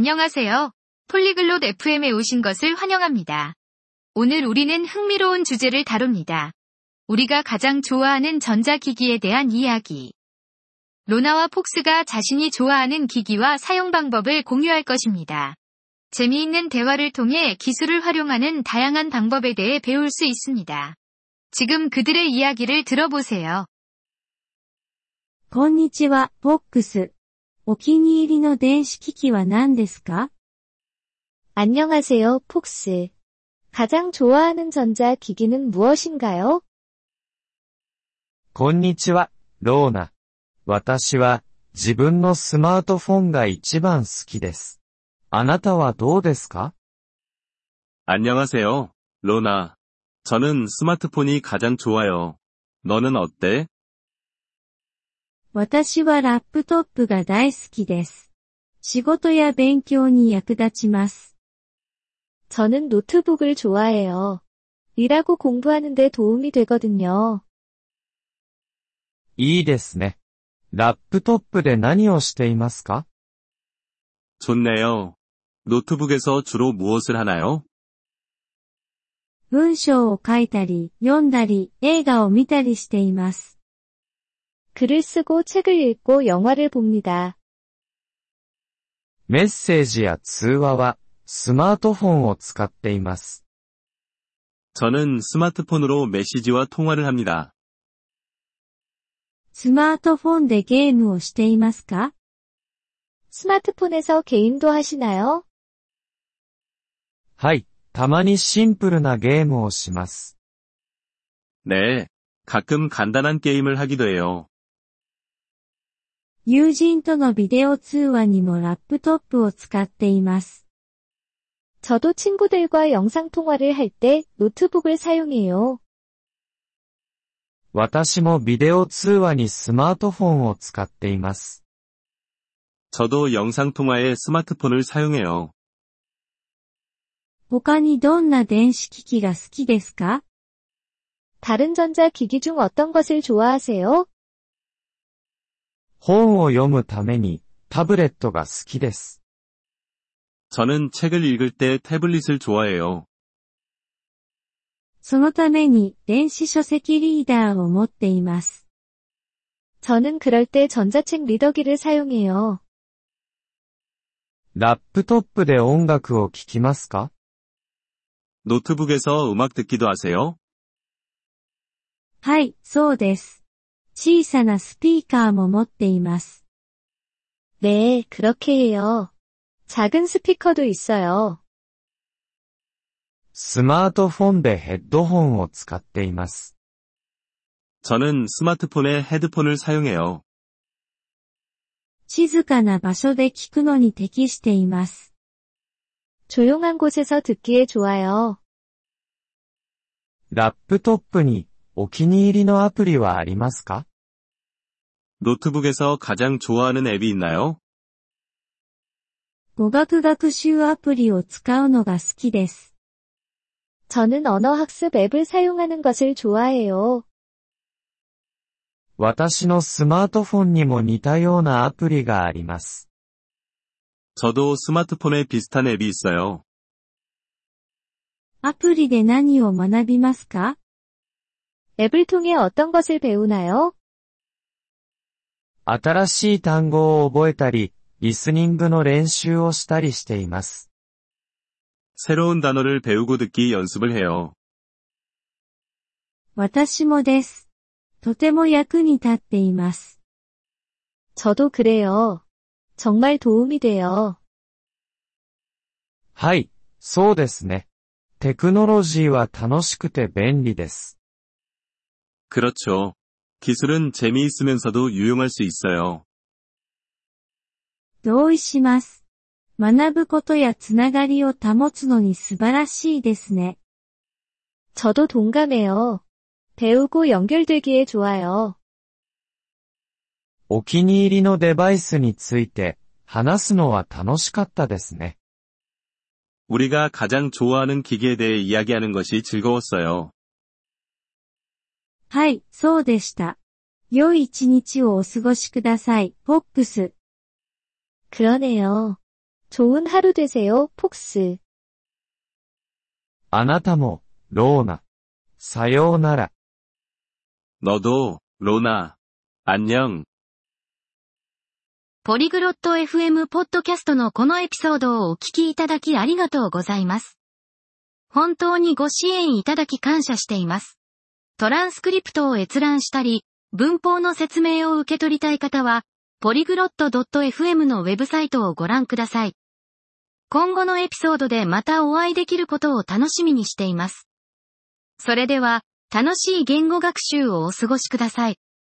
안녕하세요. 폴리글롯 FM에 오신 것을 환영합니다. 오늘 우리는 흥미로운 주제를 다룹니다. 우리가 가장 좋아하는 전자기기에 대한 이야기. 로나와 폭스가 자신이 좋아하는 기기와 사용 방법을 공유할 것입니다. 재미있는 대화를 통해 기술을 활용하는 다양한 방법에 대해 배울 수 있습니다. 지금 그들의 이야기를 들어보세요. こんにちは、ボックス。お気に入りの電子機器は何ですか 안녕하세요, 폭스. 가장 좋아하는 전자기기는 무엇인가요? こんにちは、ローナ。私は、自分のスマートフォンが一番好きです。あなたはどうですか 안녕하세요, 로나. 저는 스마트폰이 가장 좋아요. 너는 어때? 私はラップトップが大好きです。仕事や勉強に役立ちます。 저는 노트북을 좋아해요. 일하고 공부하는데 도움이 되거든요. いいですね。ラップトップで何をしていますか 좋네요. 노트북에서 주로 무엇을 하나요? 文章を書いたり、読んだり、映画を見たりしています。 글을 쓰고 책을 읽고 영화를 봅니다. メッセージや通話は、スマートフォンを使っています。 저는 스마트폰으로 메시지와 통화를 합니다. スマートフォンでゲームをしていますか 스마트폰에서 게임도 하시나요? はい、たまにシンプルなゲームをします。 네. 가끔 간단한 게임을 하기도 해요. 友人とのビデオ通話にもラップトップを使っています。 저도 친구들과 영상통화를 할 때 노트북을 사용해요. 私もビデオ通話にスマートフォンを使っています。 저도 영상통화에 스마트폰을 사용해요. 他にどんな電子機器が好きですか 다른 전자기기 중 어떤 것을 좋아하세요? 本を読むために、タブレットが好きです。 저는 책을 읽을 때 태블릿을 좋아해요. そのために電子書籍リーダーを持っています。 저는 그럴 때 전자책 리더기를 사용해요. ラップトップで音楽を聴きますか 노트북에서 음악 듣기도 하세요? はい、そうです。小さなスピーカーも持っています。 네, 그렇게 해요. 작은 스피커도 있어요. スマートフォンでヘッドホンを使っています。 저는 스마트폰에 헤드폰을 사용해요. 静かな場所で聞くのに適しています。 조용한 곳에서 듣기에 좋아요. ラップトップにお気に入りのアプリはありますか 노트북에서 가장 좋아하는 앱이 있나요? 語学学習アプリを使うのが好きです。 저는 언어학습 앱을 사용하는 것을 좋아해요. 私のスマートフォンにも似たようなアプリがあります。 저도 스마트폰에 비슷한 앱이 있어요. アプリで何を学びますか 앱을 통해 어떤 것을 배우나요? 新しい単語を覚えたり、リスニングの練習をしたりしています。 새로운 단어를 배우고 듣기 연습을 해요. 私もです。とても役に立っています。 저도 그래요. 정말 도움이 돼요. はい、そうですね。テクノロジーは楽しくて便利です。 그렇죠. 기술은 재미있으면서도 유용할 수 있어요. 同意します。学ぶことやつながりを保つのに素晴らしいですね。 저도 동감해요. 배우고 연결되기에 좋아요. お気に入りのデバイスについて話すのは楽しかったですね。 우리가 가장 좋아하는 기기에 대해 이야기하는 것이 즐거웠어요. はい、そうでした。良い一日をお過ごしください、ポックス。 그러네요. 좋은 하루 되세요, 폭스. あなたも、ローナ。さようなら。 너도, 로나. 안녕. ポリグロット FM ポッドキャストのこのエピソードをお聞きいただきありがとうございます。本当にご支援いただき感謝しています。トランスクリプトを閲覧したり、文法の説明を受け取りたい方は、polyglot.fm のウェブサイトをご覧ください。今後のエピソードでまたお会いできることを楽しみにしています。それでは、楽しい言語学習をお過ごしください。